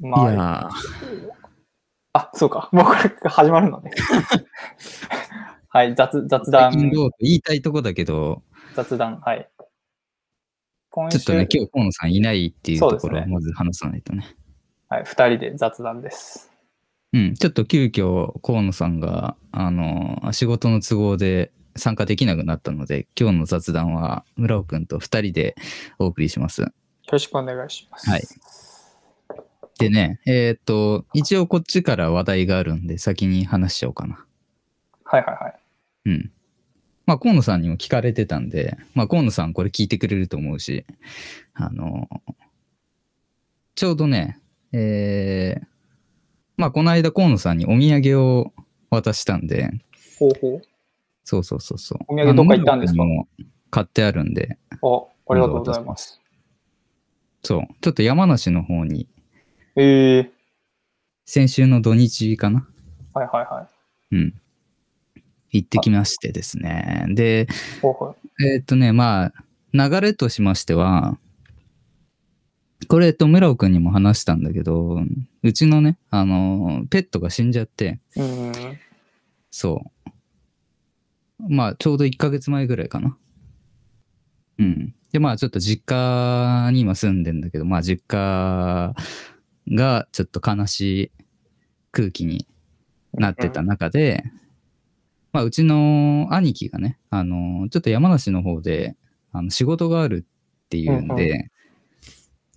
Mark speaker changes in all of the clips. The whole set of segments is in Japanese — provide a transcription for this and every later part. Speaker 1: まあ、
Speaker 2: や
Speaker 1: あ、そうか。 もうこれ始まるのね。 はい、雑雑
Speaker 2: ー、最近
Speaker 1: 談、
Speaker 2: どうと言いたいとこだけど、
Speaker 1: 雑談、はい。今
Speaker 2: ちょっとね、
Speaker 1: 週、
Speaker 2: 今日河野さんいないっていうと
Speaker 1: そ
Speaker 2: こ
Speaker 1: うで
Speaker 2: ろ
Speaker 1: す
Speaker 2: を
Speaker 1: ね
Speaker 2: まず話さないとね。
Speaker 1: はい、二人で雑談です。
Speaker 2: うん、ちょっと急遽河野さんが、あの、仕事の都合で参加できなくなったので、今日の雑談は村尾くんと2人でお送りします。
Speaker 1: よろしくお願いします。
Speaker 2: はいでね、えーっと、一応こっちから話題があるんで、先に話しちゃおうかな。
Speaker 1: はいはいはい。
Speaker 2: うん。まあ、河野さんにも聞かれてたんで、まあ、河野さんこれ聞いてくれると思うし、あの、ちょうどね、えー、まあ、この間河野さんにお土産を渡したんで、
Speaker 1: ほうほう。
Speaker 2: そうそうそうそう。
Speaker 1: お土産どっか行ったんですか
Speaker 2: あのもう買ってあるんで、
Speaker 1: あ、ありがとうございます。
Speaker 2: そう。ちょっと山梨の方に、
Speaker 1: ええー、
Speaker 2: 先週の土日かな
Speaker 1: はいはいはい。
Speaker 2: うん。行ってきましてですね。で、
Speaker 1: ほうほう。
Speaker 2: えーっとね、まあ、流れとしましては、これ、えっと、村尾くんにも話したんだけど、うちのね、あの、ペットが死んじゃって、
Speaker 1: うーん。
Speaker 2: そう。まあ、ちょうど1ヶ月前ぐらいかな。うん。で、まあ、ちょっと実家に今住んでんだけど、まあ、実家がちょっと悲しい空気になってた中で、まあ、うちの兄貴がね、あの、ちょっと山梨の方で、あの仕事があるっていうんで、
Speaker 1: う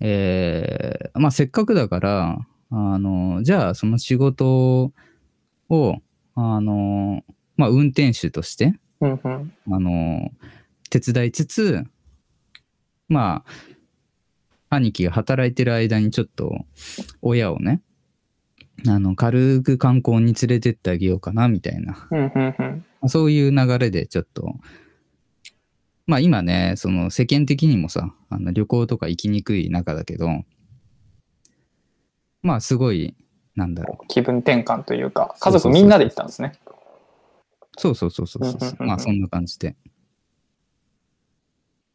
Speaker 2: えーまあ、せっかくだから、あの、じゃあ、その仕事を、あの、まあ、運転手として、
Speaker 1: うんうん。
Speaker 2: あの、手伝いつつ、まあ、兄貴が働いてる間にちょっと、親をね、あの、軽く観光に連れてってあげようかな、みたいな、
Speaker 1: うんうんうん。
Speaker 2: そういう流れでちょっと、まあ今ね、その世間的にもさ、あの旅行とか行きにくい中だけど、まあすごい、なんだろう。
Speaker 1: 気分転換というか、
Speaker 2: そ
Speaker 1: 家
Speaker 2: うそ
Speaker 1: 族
Speaker 2: うそ
Speaker 1: み
Speaker 2: う
Speaker 1: んなで行ったんですね。
Speaker 2: そうそうそうそうそ
Speaker 1: う
Speaker 2: う
Speaker 1: んうんうんうん
Speaker 2: まあそんな感じで。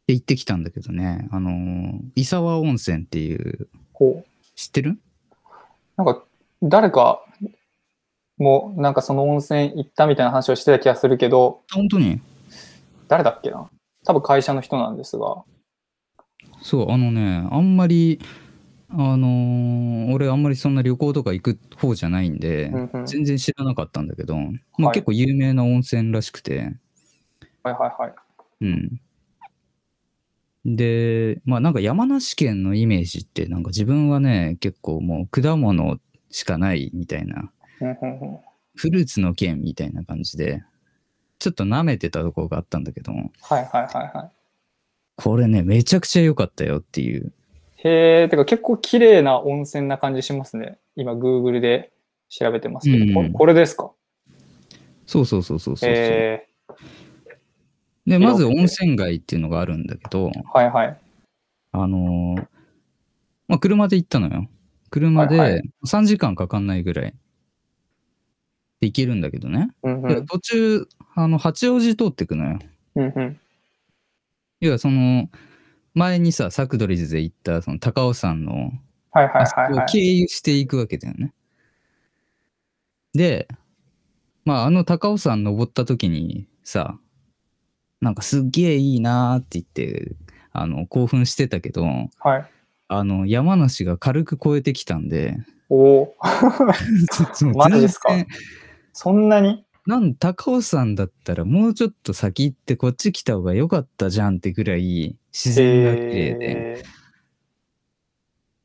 Speaker 2: で行ってきたんだけどね、あのー伊沢温泉っていう、
Speaker 1: ほう。
Speaker 2: 知ってる
Speaker 1: なんか、誰かも、なんかその温泉行ったみたいな話をしてた気がするけど、
Speaker 2: あ本当に
Speaker 1: 誰だっけな多分会社の人なんですが。
Speaker 2: そう、あのね、あんまり、あのー俺あんまりそんな旅行とか行く方じゃないんで、
Speaker 1: うんうん。はい
Speaker 2: 全然知らなかったんだけど、ま
Speaker 1: は
Speaker 2: あ
Speaker 1: い
Speaker 2: 結構有名な温泉らしくて、
Speaker 1: はいはい。
Speaker 2: うん。で、まあなんか山梨県のイメージって、なんか自分はね、結構もう果物しかないみたいな
Speaker 1: うんうんうん
Speaker 2: フルーツの剣みたいな感じで、ちょっと舐めてたとこがあったんだけど、
Speaker 1: はいはいはいは
Speaker 2: これね、めちゃくちゃ良かったよっていう。
Speaker 1: い。へえ、てか結構綺麗な温泉な感じしますね。今、Google で調べてますけど、
Speaker 2: うん
Speaker 1: ここれですか
Speaker 2: そうそうそうそうそうそう。
Speaker 1: へえ、
Speaker 2: で、まず温泉街っていうのがあるんだけど、
Speaker 1: はいはい。
Speaker 2: あのーまあ、車で行ったのよ。車
Speaker 1: はいは
Speaker 2: で3時間かかんないぐらいで行けるんだけどね。
Speaker 1: うんう
Speaker 2: で
Speaker 1: ん。
Speaker 2: 途中、あの、八王子通ってくのよ。
Speaker 1: うんうん。
Speaker 2: 要はその、前にさ、サクドリズで行った、その高尾山の
Speaker 1: はいはい
Speaker 2: あそこ
Speaker 1: はい
Speaker 2: を
Speaker 1: は
Speaker 2: 経
Speaker 1: い。
Speaker 2: 由していくわけだよね。で、まあ、あの高尾山登った時にさ、なんかすっげえいいなーって言って、あの、興奮してたけど、
Speaker 1: はい。
Speaker 2: あの、山梨が軽く越えてきた んで、
Speaker 1: おおー、
Speaker 2: その
Speaker 1: マジですか
Speaker 2: 全然
Speaker 1: そんなに
Speaker 2: なん高尾山だったらもうちょっと先行ってこっち来た方が良かったじゃんってぐらい自然が綺麗で、
Speaker 1: へー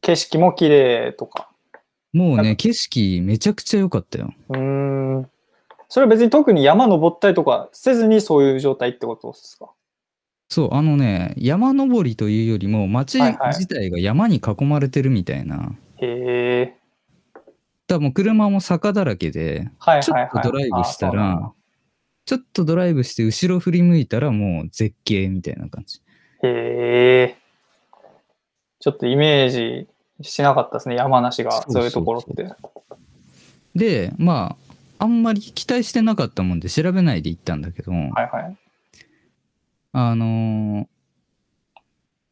Speaker 1: 景色も綺麗とか。
Speaker 2: もう
Speaker 1: なん
Speaker 2: ね、景色めちゃくちゃ良かったよ。
Speaker 1: うーん。それは別に特に山登ったりとかせずにそういう状態ってことですか
Speaker 2: そう、あのね、山登りというよりも、町
Speaker 1: はいはい
Speaker 2: 自体が山に囲まれてるみたいな。
Speaker 1: へえ。
Speaker 2: だからもう車も坂だらけで、
Speaker 1: はい
Speaker 2: ちょ
Speaker 1: はい
Speaker 2: っ
Speaker 1: はい。
Speaker 2: とドライブした
Speaker 1: あ
Speaker 2: ら、ちょっとドライブして後ろ振り向いたらもう絶景みたいな感じ。
Speaker 1: そうなんだへえ。ちょっとイメージしなかったですね、山梨が
Speaker 2: そうそう
Speaker 1: そ
Speaker 2: そう
Speaker 1: ういうところって。
Speaker 2: で、まあ、あんまり期待してなかったもんで調べないで行ったんだけど、
Speaker 1: はいはい。
Speaker 2: あのー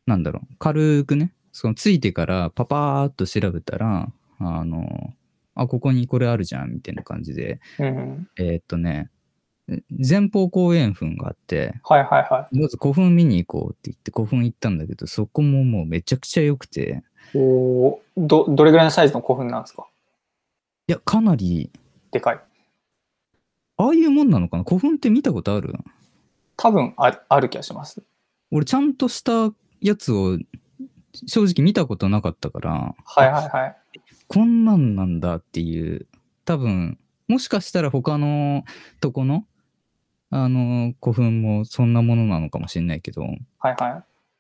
Speaker 2: なんだろう、軽くね、そのついてからパパーっと調べたら、あの、あ、ここにこれあるじゃん、みたいな感じで、
Speaker 1: うん。
Speaker 2: えーっとね、前方後円墳があって、
Speaker 1: はいはいは
Speaker 2: まず古墳見に行こうって言って古墳行ったんだけど、そこももうめちゃくちゃ良くて、
Speaker 1: い。おーど、どれぐらいのサイズの古墳なんですか
Speaker 2: いや、かなり、
Speaker 1: でかい。
Speaker 2: ああいうもんなのかな古墳って見たことある
Speaker 1: 多分あある気がします。
Speaker 2: 俺、ちゃんとしたやつを正直見たことなかったから、
Speaker 1: はいはいはい。
Speaker 2: こんなんなんだっていう、多分、もしかしたら他のとこの、あの、古墳もそんなものなのかもしれないけど、
Speaker 1: はいは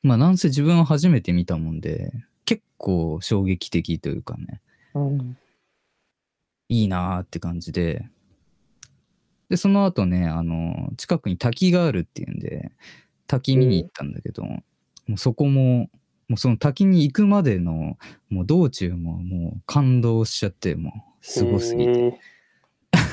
Speaker 1: い。
Speaker 2: まあ、なんせ自分は初めて見たもんで、結構衝撃的というかね、
Speaker 1: うん。
Speaker 2: いいなーって感じで、で、その後ね、あの、近くに滝があるっていうんで、滝見に行ったんだけど、もうそこも、もうその滝に行くまでの、もう道中ももう感動しちゃって、もう、すごすぎて。
Speaker 1: へー。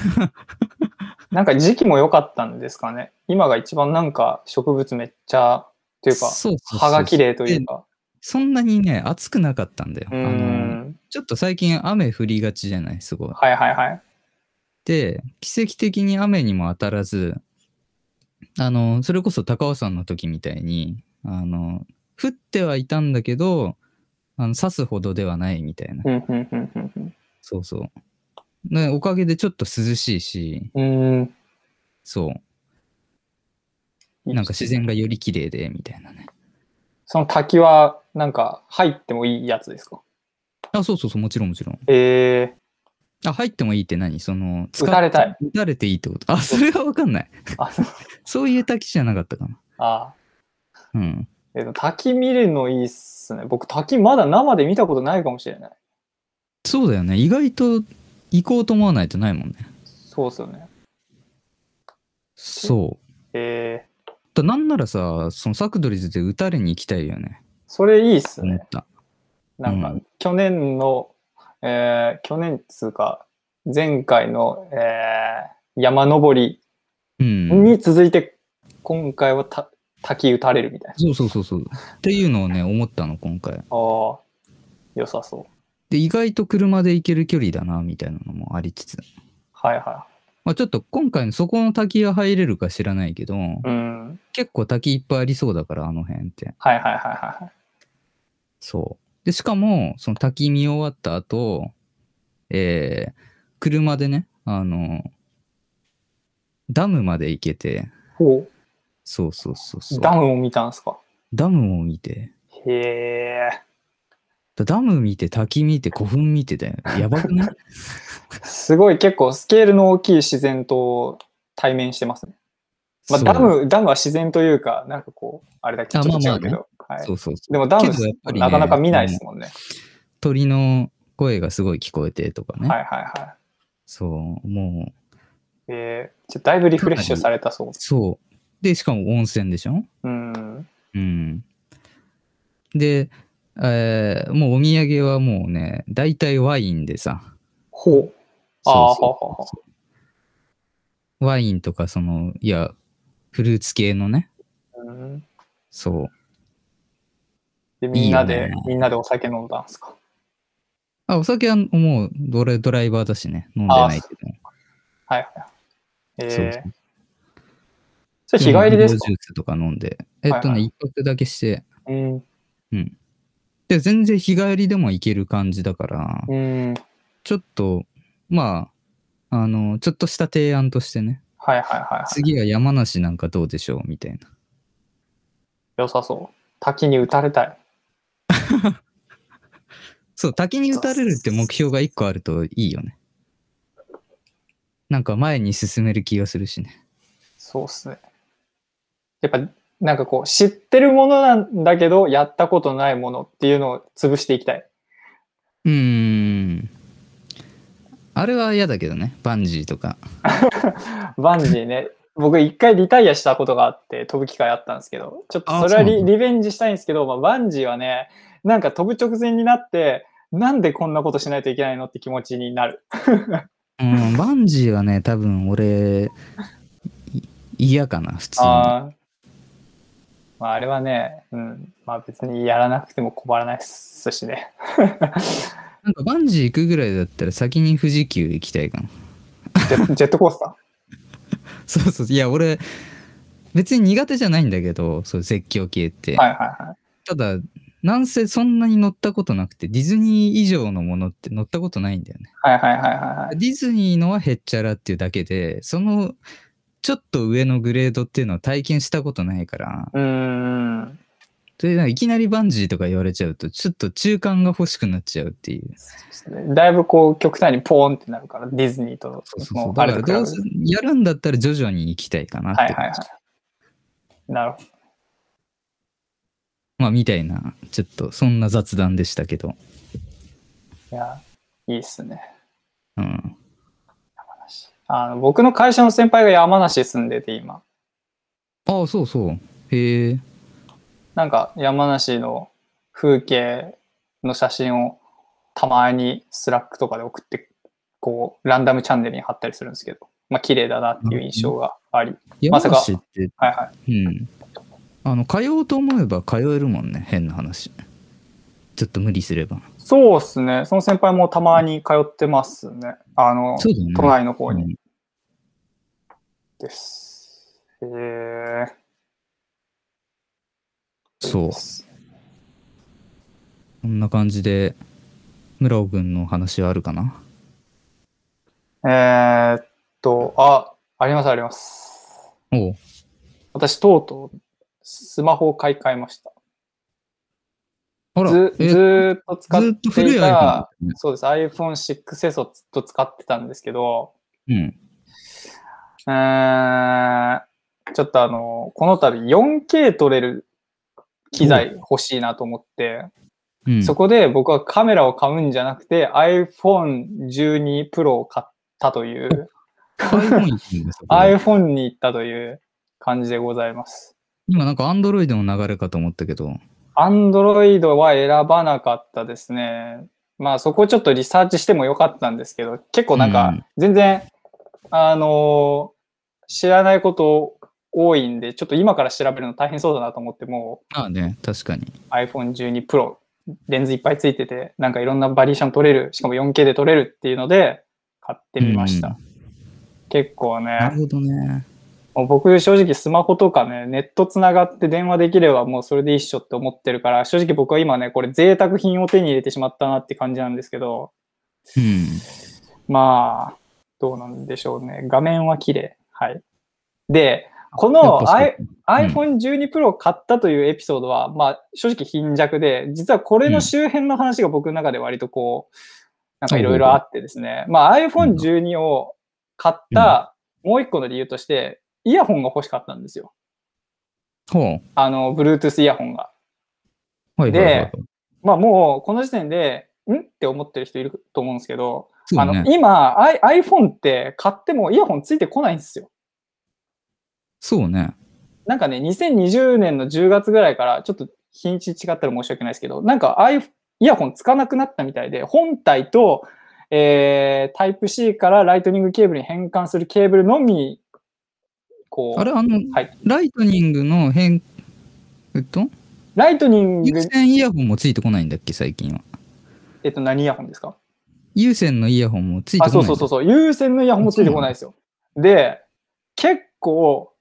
Speaker 1: なんか時期も良かったんですかね。今が一番なんか植物めっちゃ、というか、
Speaker 2: そうそうそう
Speaker 1: 葉が綺麗というか。
Speaker 2: そんなにね、暑くなかったんだよ。あ
Speaker 1: う
Speaker 2: の
Speaker 1: ん。
Speaker 2: ちょっと最近雨降りがちじゃない、すごい。
Speaker 1: はいはいはい。
Speaker 2: で、奇跡的に雨にも当たらず、あの、それこそ高尾山の時みたいに、あの、降ってはいたんだけど、あの刺すほどではないみたいな。
Speaker 1: うんうんうんうん
Speaker 2: そうそう。ね、おかげでちょっと涼しいし、
Speaker 1: うん。う
Speaker 2: そう。なんか自然がより綺麗で、みたいなね。
Speaker 1: その滝は、なんか、入ってもいいやつですか
Speaker 2: あ、そうそうそう、もちろんもちろん。
Speaker 1: え
Speaker 2: あ、入ってもいいって何その、使っ
Speaker 1: 打たれたい。
Speaker 2: 打たれていいってことあ、それはわかんない。
Speaker 1: ー、あ、そう
Speaker 2: そういう滝じゃなかったかな。
Speaker 1: あ
Speaker 2: うん。
Speaker 1: ー、えっと、滝見るのいいっすね。僕、滝まだ生で見たことないかもしれない。
Speaker 2: そうだよね。意外と行こうと思わないとないもんね。
Speaker 1: そうっすよね。
Speaker 2: そう。
Speaker 1: えー、
Speaker 2: だなんならさ、そのサクドリズで打たれに行きたいよね。
Speaker 1: それいいっす
Speaker 2: 思
Speaker 1: ね
Speaker 2: っ。た。
Speaker 1: なん
Speaker 2: う
Speaker 1: か、去年の、えー、去年っつうか、前回の、えー、山登り
Speaker 2: うん。
Speaker 1: に続いて、今回はた滝打たれるみたい
Speaker 2: そうそうそうそう。っていうのをね、思ったの、今回。
Speaker 1: な。ああ、良さそう。
Speaker 2: で、意外と車で行ける距離だな、みたいなのもありつつ。
Speaker 1: はいは
Speaker 2: まあちょっと今回のそこの滝が入れるか知らないけど、
Speaker 1: い。うん。
Speaker 2: 結構滝いっぱいありそうだから、あの辺って。
Speaker 1: はいはいはいはいはい。
Speaker 2: そう。で、しかも、その滝見終わった後、えー、車でね、あの、ダムまで行けて、
Speaker 1: ほう。
Speaker 2: そうそうそうそう。
Speaker 1: ダムを見たんすか
Speaker 2: ダムを見て、
Speaker 1: へえ、
Speaker 2: だダム見て、滝見て、古墳見てだよ。 やばくない
Speaker 1: すごい結構スケールの大きい自然と対面してますね。まあ、
Speaker 2: そう
Speaker 1: ダム、ダムは自然というか、なんかこう、あれだけちょ
Speaker 2: あ
Speaker 1: っと違うけ
Speaker 2: まあまあね
Speaker 1: ど。はい
Speaker 2: そうそうそう。
Speaker 1: でもダム
Speaker 2: けどやっぱりね
Speaker 1: なかなか見ないですもんね。
Speaker 2: 鳥の声がすごい聞こえてとかね。
Speaker 1: はいはいはい。
Speaker 2: そう、もう、
Speaker 1: えー、ちょだいぶリフレッシュされたそうです。
Speaker 2: そう。で、しかも温泉でしょ
Speaker 1: うん。
Speaker 2: うん。で、えーもうお土産はもうね、大体ワインでさ、
Speaker 1: ほう。ああ、
Speaker 2: そう
Speaker 1: ほう
Speaker 2: そう
Speaker 1: ほうほ
Speaker 2: ワインとかその、いや、フルーツ系のね、
Speaker 1: う。うん、
Speaker 2: そう。
Speaker 1: で、みんなで
Speaker 2: いいよね
Speaker 1: みんなでお酒飲んだんすか。
Speaker 2: あ、お酒はもうドラドライバーだしね、飲んでないけど。
Speaker 1: はいはい。えー、そ
Speaker 2: そうそう
Speaker 1: れ日帰りです
Speaker 2: ジュースとか飲んで。えっと
Speaker 1: はいは
Speaker 2: ね、
Speaker 1: い
Speaker 2: 一泊だけして。
Speaker 1: かうん。
Speaker 2: で、全然日帰りでも行ける感じだから、
Speaker 1: うん。
Speaker 2: ちょっと、まあ、あの、ちょっとした提案としてね、
Speaker 1: はいはいはい。
Speaker 2: 次は山梨なんかどうでしょうみたいな。
Speaker 1: 良さそう。滝に打たれたい。
Speaker 2: そう、滝に打たれるって目標が一個あるといいよね。なんか前に進める気がするしね。
Speaker 1: そうっすね。やっぱ、なんかこう、知ってるものなんだけど、やったことないものっていうのを潰していきたい。
Speaker 2: うーん。あれは嫌だけどね、バンジーとか。
Speaker 1: バンジーね。僕一回リタイアしたことがあって飛ぶ機会あったんですけど、ちょっとそれは
Speaker 2: あそう
Speaker 1: リ
Speaker 2: なん
Speaker 1: リベンジしたいんですけど、まあ、バンジーはね、なんか飛ぶ直前になって、なんでこんなことしないといけないのって気持ちになる。
Speaker 2: うん、バンジーはね、多分俺、い嫌かな、普通に。
Speaker 1: あーまあ、あれはね、うん、まあ別にやらなくても困らないっすしね。
Speaker 2: なんかバンジー行くぐらいだったら先に富士急行きたいかな。
Speaker 1: ジェジェットコースタ
Speaker 2: そうそう。いや、俺、別に苦手じゃないんだけど、そう絶叫系っ
Speaker 1: ー
Speaker 2: て。
Speaker 1: はいはいはい。
Speaker 2: ただ、なんせそんなに乗ったことなくて、ディズニー以上のものって乗ったことないんだよね。
Speaker 1: はいはいはいはいはい。
Speaker 2: ディズニーのはへっちゃらっていうだけで、その、ちょっと上のグレードっていうのを体験したことないから、
Speaker 1: うーん。
Speaker 2: それでなんかいきなりバンジーとか言われちゃうと、ちょっと中間が欲しくなっちゃうっていう。
Speaker 1: そうですねだいぶこう極端にポーンってなるから、ディズニーとのあ
Speaker 2: だ
Speaker 1: れ
Speaker 2: か
Speaker 1: と
Speaker 2: ら
Speaker 1: 比べる
Speaker 2: どうせやるんだったら徐々に行きたいかなって。
Speaker 1: はいはいはい。なるほど。
Speaker 2: まあ、みたいな、ちょっとそんな雑談でしたけど。
Speaker 1: いや、いいっすね。
Speaker 2: うん。
Speaker 1: 山梨あの僕の会社の先輩が山梨住んでて今。
Speaker 2: ああ、そうそう。へえ。
Speaker 1: なんか山梨の風景の写真をたまにスラックとかで送って、こう、ランダムチャンネルに貼ったりするんですけど、まあ綺麗だなっていう印象があり、ま
Speaker 2: 山
Speaker 1: さか
Speaker 2: 梨って、
Speaker 1: はいはい。
Speaker 2: うん。あの、通おうと思えば通えるもんね。変な話。ちょっと無理すれば。
Speaker 1: そうっすね。その先輩もたまに通ってますね。あの、
Speaker 2: そうだよね。
Speaker 1: 都内の方
Speaker 2: う
Speaker 1: に
Speaker 2: ん
Speaker 1: です。へえ。
Speaker 2: そう。こんな感じで、村尾くんの話はあるかな
Speaker 1: えーっと、あ、ありますあります。
Speaker 2: おう
Speaker 1: 私、とうとうスマホを買い替えました。
Speaker 2: あら、
Speaker 1: ず
Speaker 2: え
Speaker 1: ずーっと使っ
Speaker 2: ずっと古
Speaker 1: て
Speaker 2: い
Speaker 1: い
Speaker 2: iPhone だ
Speaker 1: た、
Speaker 2: ったね
Speaker 1: そうです、iPhone6S をずっと使ってたんですけど、
Speaker 2: うん。
Speaker 1: うーんちょっとあの、この度 4K 撮れる機材欲しいなと思って、
Speaker 2: うん、
Speaker 1: そこで僕はカメラを買うんじゃなくて iPhone12 Pro を買ったという、
Speaker 2: iPhone 行ってんだそこで
Speaker 1: iPhone に行ったという感じでございます。
Speaker 2: 今なんか Android の流れかと思ったけど。
Speaker 1: アンドロイドは選ばなかったですね。まあそこちょっとリサーチしてもよかったんですけど、結構なん
Speaker 2: うん
Speaker 1: か全然、あのー知らないこと多いんで、ちょっと今から調べるの大変そうだなと思って、も
Speaker 2: まあね、確かに。
Speaker 1: う iPhone12 Pro、レンズいっぱいついてて、なんかいろんなバリエーション撮れる、しかも 4K で撮れるっていうので、買ってみました。
Speaker 2: うん
Speaker 1: 結構
Speaker 2: な
Speaker 1: ね
Speaker 2: る、ほどね。
Speaker 1: もう僕正直スマホとかね、ネットつながって電話できればもうそれで一緒って思ってるから、正直僕は今ね、これ贅沢品を手に入れてしまったなって感じなんですけど、
Speaker 2: うん。
Speaker 1: まあ、どうなんでしょうね。画面は綺麗。はい。で、こ
Speaker 2: やっぱ
Speaker 1: の
Speaker 2: そう
Speaker 1: I-
Speaker 2: うん
Speaker 1: iPhone12 Pro を買ったというエピソードは、まあ正直貧弱で、実はこれの周辺の話が僕の中で割とこう、なんかいろいろあってですね。まあ iPhone12 を買ったもう一個の理由として、イヤホンが欲しかったんですよ。
Speaker 2: ほう。
Speaker 1: あの、Bluetooth イヤホンが。
Speaker 2: はいはいはいは
Speaker 1: で。
Speaker 2: い
Speaker 1: まあもう、この時点で、んって思ってる人いると思うんですけど、
Speaker 2: そ
Speaker 1: あ
Speaker 2: うね
Speaker 1: の、今、I、iPhone って買ってもイヤホンついてこないんですよ。
Speaker 2: そうね。
Speaker 1: なんかね、2020年の10月ぐらいから、ちょっと日にち違ったら申し訳ないですけど、なんか、I、イヤホンつかなくなったみたいで、本体と、えー、タイプ C からライトニングケーブルに変換するケーブルのみ、こ
Speaker 2: あれ、
Speaker 1: う、
Speaker 2: あの、
Speaker 1: はい
Speaker 2: ライトニングの変、えっと、
Speaker 1: ライトニン
Speaker 2: 有
Speaker 1: グ、
Speaker 2: 線イヤホンもついてこないんだっけ、最近は。
Speaker 1: えっと、何イヤホンですか
Speaker 2: 有線のイヤホンもついてこない
Speaker 1: あ、
Speaker 2: んだ
Speaker 1: そうそうそうそう。有線のイヤホンもついてこないですよ。で、結構、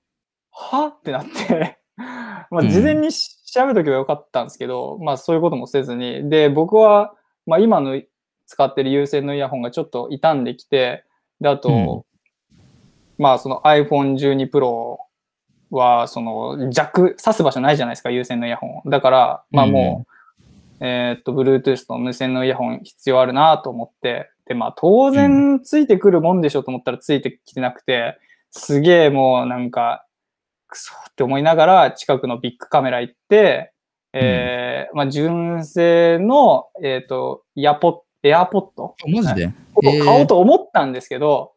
Speaker 1: はってなって、 まあ
Speaker 2: うん
Speaker 1: 事前にし調べとけばよかったんですけど、まあそういうこともせずに。で、僕は、まあ今の使ってる有線のイヤホンがちょっと傷んできて、で、あと、まあその iPhone12 Pro は、その、ジャック、挿す場所ないじゃないですか、有線のイヤホン。だから、まあもう、えーっと、Bluetooth と無線のイヤホン必要あるなと思って、で、まあ当然ついてくるもんでしょと思ったらついてきてなくて、すげえもうなんか、くそって思いながら近くのビッグカメラ行って、えーまあ純正の、えーっと、イヤポエアポッド
Speaker 2: あマジで、
Speaker 1: を
Speaker 2: えー
Speaker 1: 買おうと思ったんですけど、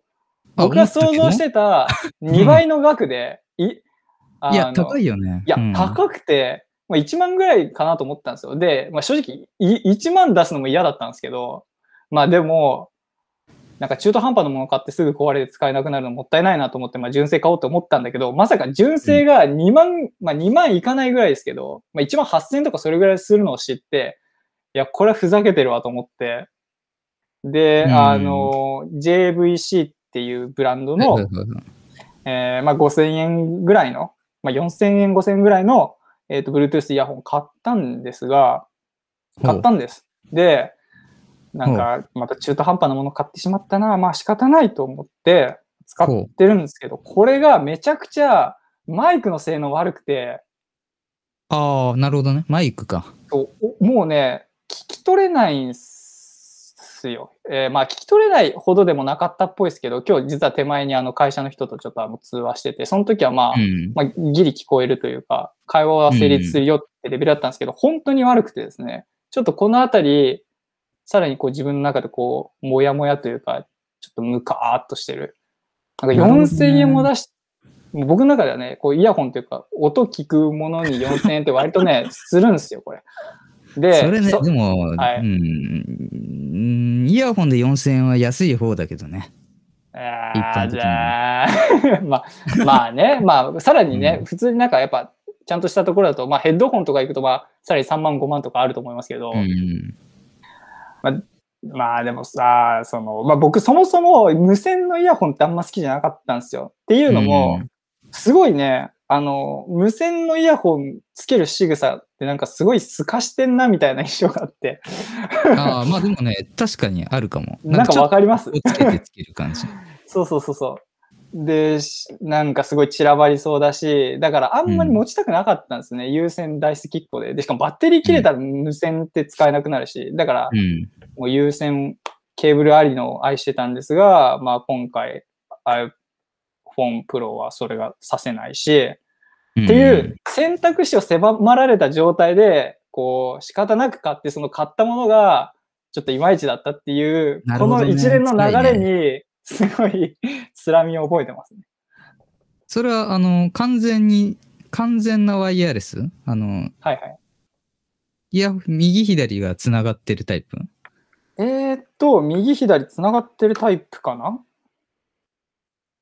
Speaker 2: あ
Speaker 1: 僕が想像し、てた2倍の額で、い、
Speaker 2: 思ったけど
Speaker 1: あ
Speaker 2: ねい
Speaker 1: の
Speaker 2: や、高いよね。
Speaker 1: いや、
Speaker 2: うん
Speaker 1: 高くて、まあ、1万ぐらいかなと思ったんですよ。で、まあ、正直い、1万出すのも嫌だったんですけど、まあでも、なんか中途半端なもの買ってすぐ壊れて使えなくなるのもったいないなと思って、まあ純正買おうと思ったんだけど、まさか純正が2万、まあ2万いかないぐらいですけど、まあ1万8000とかそれぐらいするのを知って、いや、これはふざけてるわと思って、で、
Speaker 2: うん
Speaker 1: あの、JVC っていうブランド
Speaker 2: そう
Speaker 1: の
Speaker 2: そう、そう
Speaker 1: えーまあ、5000円ぐらいの、まあ、4000円、5000円ぐらいの、えー、と Bluetooth イヤホン買ったんですが、買ったんです。で、なんか、また中途半端なもの買ってしまったな、まあ仕方ないと思って使ってるんですけど、これがめちゃくちゃマイクの性能悪くて、
Speaker 2: ああ、なるほどね。マイクか。
Speaker 1: そうおもうね、聞き取れないんすよ。えーまあ、聞き取れないほどでもなかったっぽいですけど、今日実は手前にあの会社の人とちょっとあの通話してて、その時はまあ、
Speaker 2: うん。
Speaker 1: まあ、ギリ聞こえるというか、会話は成立するよってレベルだったんですけど、本当に悪くてですね、ちょっとこのあたり、さらにこう自分の中でこう、もやもやというか、ちょっとムカーっとしてる。なんか
Speaker 2: なるほどね
Speaker 1: 4000円も出し、もう僕の中ではね、こうイヤホンというか、音聞くものに4000円って割とね、するんですよ、これ。で、
Speaker 2: それね、
Speaker 1: そ
Speaker 2: でも、
Speaker 1: はい
Speaker 2: うん、イヤホンで4000円は安い方だけどね。一
Speaker 1: あ
Speaker 2: 般
Speaker 1: ー
Speaker 2: 的
Speaker 1: じ
Speaker 2: に
Speaker 1: ゃあ、 まあ、まあね、まあ、さらにね、
Speaker 2: うん
Speaker 1: 普通になんかやっぱ、ちゃんとしたところだと、まあ、ヘッドホンとか行くと、まあ、さらに3万、5万とかあると思いますけど、
Speaker 2: うん。
Speaker 1: まあでもさ、その、まあ僕、そもそも無線のイヤホンってあんま好きじゃなかったんですよ。っていうのも、
Speaker 2: うん
Speaker 1: すごいね、あの、無線のイヤホンつける仕草ってなんかすごい透かしてんなみたいな印象があって、
Speaker 2: ああ、まあでもね、確かにあるかも。
Speaker 1: なんかわかります
Speaker 2: ちょっとつけてつけ る感じ。
Speaker 1: そうそうそうそう。で、しなんかすごい散らばりそうだし、だからあんまり持ちたくなかったんですね。有線大好きっ子で。で、しかもバッテリー切れたら無線って使えなくなるし、だから
Speaker 2: うん。
Speaker 1: もう有線ケーブルありのを愛してたんですが、まあ今回 iPhone Pro はそれがさせないし、
Speaker 2: ん
Speaker 1: っていう。選択肢を狭まられた状態で、こう、仕方なく買って、その買ったものが、ちょっといまいちだったっていう、
Speaker 2: なる
Speaker 1: こ
Speaker 2: ほどね
Speaker 1: の一連の流れに、すごい、辛みを覚えてますね。
Speaker 2: それは、あの、完全に、完全なワイヤレスあの、
Speaker 1: はいはい。
Speaker 2: いや、右左がつながってるタイプ。
Speaker 1: えー、っと、右左つながってるタイプかな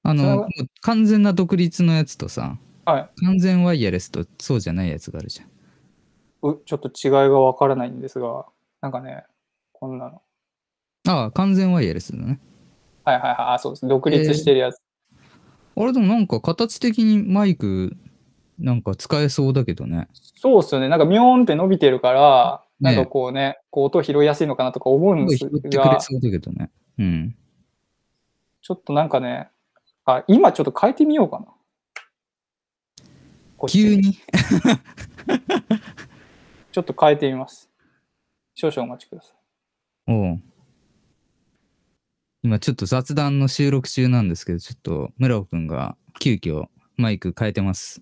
Speaker 2: あ
Speaker 1: つな
Speaker 2: の、
Speaker 1: が
Speaker 2: もう完全な独立のやつとさ、
Speaker 1: はい
Speaker 2: 完全ワイヤレスとそうじゃないやつがあるじゃん。
Speaker 1: うちょっと違いがわからないんですが、なんかね、こんなの。
Speaker 2: ああ、完全ワイヤレスだね。
Speaker 1: はいはいはい、あ、そうです。独立してるやつ。
Speaker 2: あれでもなんか形的にマイクなんか使えそうだけどね。
Speaker 1: そうっすよね。なんか、ミョーンって伸びてるから、な
Speaker 2: ね
Speaker 1: んかこうね、こう音拾いやすいのかなとか思うん
Speaker 2: 拾っ
Speaker 1: です
Speaker 2: て
Speaker 1: が。
Speaker 2: くれそうだけどね。うん。
Speaker 1: ちょっとなんかね、あ、今ちょっと変えてみようかな。こっち
Speaker 2: 急に。
Speaker 1: ちょっと変えてみます。少々お待ちください。
Speaker 2: おう今ちょっと雑談の収録中なんですけど、ちょっと村尾くんが急遽マイク変えてます。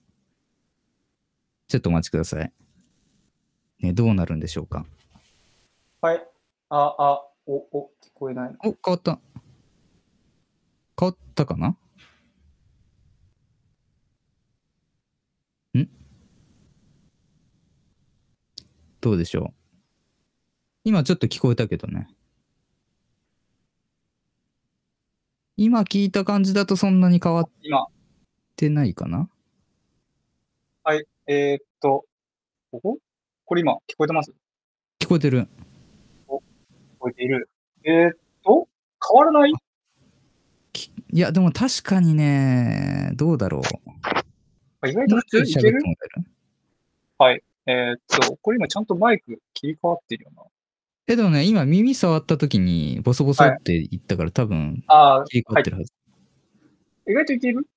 Speaker 2: ちょっとお待ちください。ね、どうなるんでしょうか。
Speaker 1: はい。あ、あ、お、お、聞こえないな。
Speaker 2: お、変わった。変わったかなんどうでしょう今ちょっと聞こえたけどね。今聞いた感じだとそんなに変わっ
Speaker 1: 今、
Speaker 2: てないかな
Speaker 1: えー、っと、こここれ今、聞こえてます聞
Speaker 2: 聞こえてる。
Speaker 1: こえている。えー、っと、変わらない
Speaker 2: いや、でも確かにね、どうだろう。
Speaker 1: あ意外と
Speaker 2: もう
Speaker 1: 普
Speaker 2: ちょ
Speaker 1: 通
Speaker 2: い
Speaker 1: にい
Speaker 2: 喋
Speaker 1: け
Speaker 2: って
Speaker 1: る
Speaker 2: もらえる
Speaker 1: えー、っと、これ今ちゃんとマイク切り替わってるよな。
Speaker 2: え、でもね、今耳触った時にボソボソって言ったから、多分
Speaker 1: あー、
Speaker 2: 切り替わってるはず。
Speaker 1: 意外といける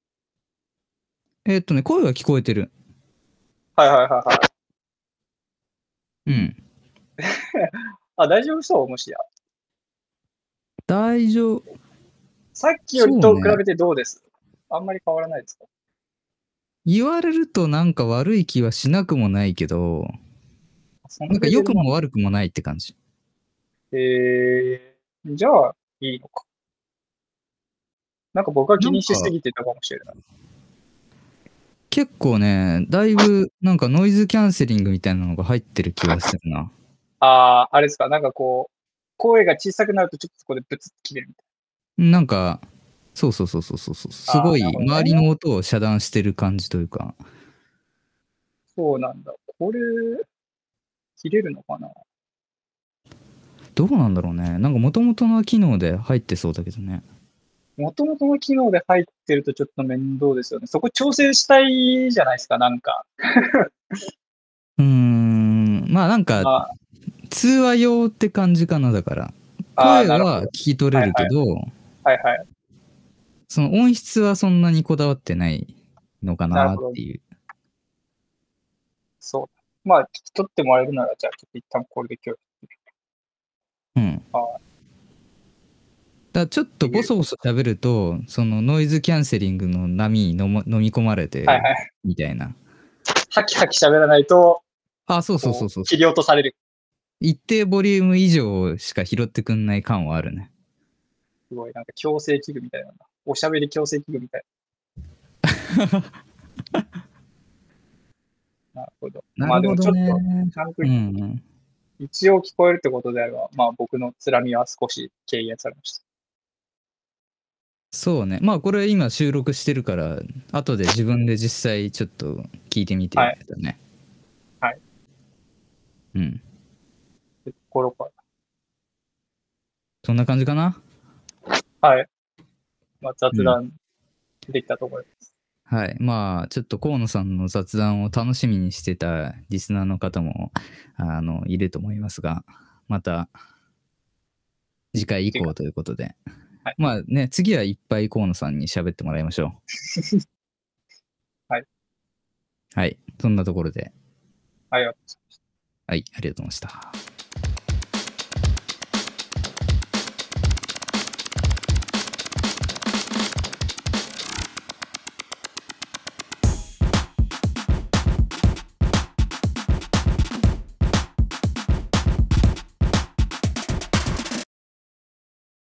Speaker 2: えーっとね、声が聞こえてる。
Speaker 1: はいはいはいはい。
Speaker 2: うん。
Speaker 1: あ、大丈夫そうもしや。
Speaker 2: 大丈夫。
Speaker 1: さっきよりと
Speaker 2: そう
Speaker 1: 比
Speaker 2: ね
Speaker 1: べてどうです、あんまり変わらないですか
Speaker 2: 言われるとなんか悪い気はしなくもないけど、
Speaker 1: そ
Speaker 2: なんか
Speaker 1: レベル
Speaker 2: 良くも悪くもないって感じ。
Speaker 1: えー、じゃあ、いいのか。なんか僕は気にしすぎてたかもしれない。
Speaker 2: 結構ね、だいぶなんかノイズキャンセリングみたいなのが入ってる気がするな。
Speaker 1: ああ、あれですか、なんかこう、声が小さくなるとちょっとそこでブツッと切れるみたい
Speaker 2: なんか、そうそうそうそうそうそう、すごい
Speaker 1: あーなるほどね
Speaker 2: 周りの音を遮断してる感じというか、
Speaker 1: な。そうなんだ。これ、切れるのかな
Speaker 2: どうなんだろうね。なんか元々の機能で入ってそうだけどね。
Speaker 1: もともとの機能で入ってるとちょっと面倒ですよね。そこ調整したいじゃないですか、なんか。
Speaker 2: うーん。まあなんか
Speaker 1: あ
Speaker 2: 通話用って感じかな、だから。
Speaker 1: あー、
Speaker 2: 声
Speaker 1: なるほど。
Speaker 2: は聞き取れるけど、
Speaker 1: はいはい。
Speaker 2: その音質はそんなにこだわってないのか
Speaker 1: な
Speaker 2: な
Speaker 1: るほど
Speaker 2: っていう。
Speaker 1: そう。まあ、聞き取ってもらえるなら、じゃあ、ちょっと一旦これで今日。
Speaker 2: うん。
Speaker 1: あ
Speaker 2: だからちょっとボソボソ喋ると、そのノイズキャンセリングの波に飲ま飲み込まれて
Speaker 1: はい、はい。
Speaker 2: みたいな。
Speaker 1: ハキハキ喋らないと、
Speaker 2: あ、そうそうそうそう
Speaker 1: こ。切り落とされる。
Speaker 2: 一定ボリューム以上しか拾ってくんない感はあるね。
Speaker 1: すごい、なんか強制器具みたいな。おしゃべり強制器具みたい な。なるほど。ま
Speaker 2: な
Speaker 1: あ
Speaker 2: る
Speaker 1: で
Speaker 2: ほ
Speaker 1: もちょ
Speaker 2: ど
Speaker 1: っと、
Speaker 2: ね。
Speaker 1: ちゃんと
Speaker 2: うんうん。
Speaker 1: 一応聞こえるってことであれば、まあ僕のつらみは少し軽減されました。
Speaker 2: そうね。まあこれ今収録してるから、後で自分で実際ちょっと聞いてみて
Speaker 1: はい
Speaker 2: だね。
Speaker 1: はい。
Speaker 2: うん。
Speaker 1: で心から。
Speaker 2: そんな感じかな
Speaker 1: はい。まあ、雑談できたところです。
Speaker 2: はい。まあ、ちょっと河野さんの雑談を楽しみにしてたリスナーの方も、あの、いると思いますが、また、次回以降ということで。
Speaker 1: はい
Speaker 2: まあね、次はいっぱい河野さんに喋ってもらいましょう。
Speaker 1: はい。
Speaker 2: はい。そんなところで、
Speaker 1: ありがとうございます。
Speaker 2: はい、ありがとうございました。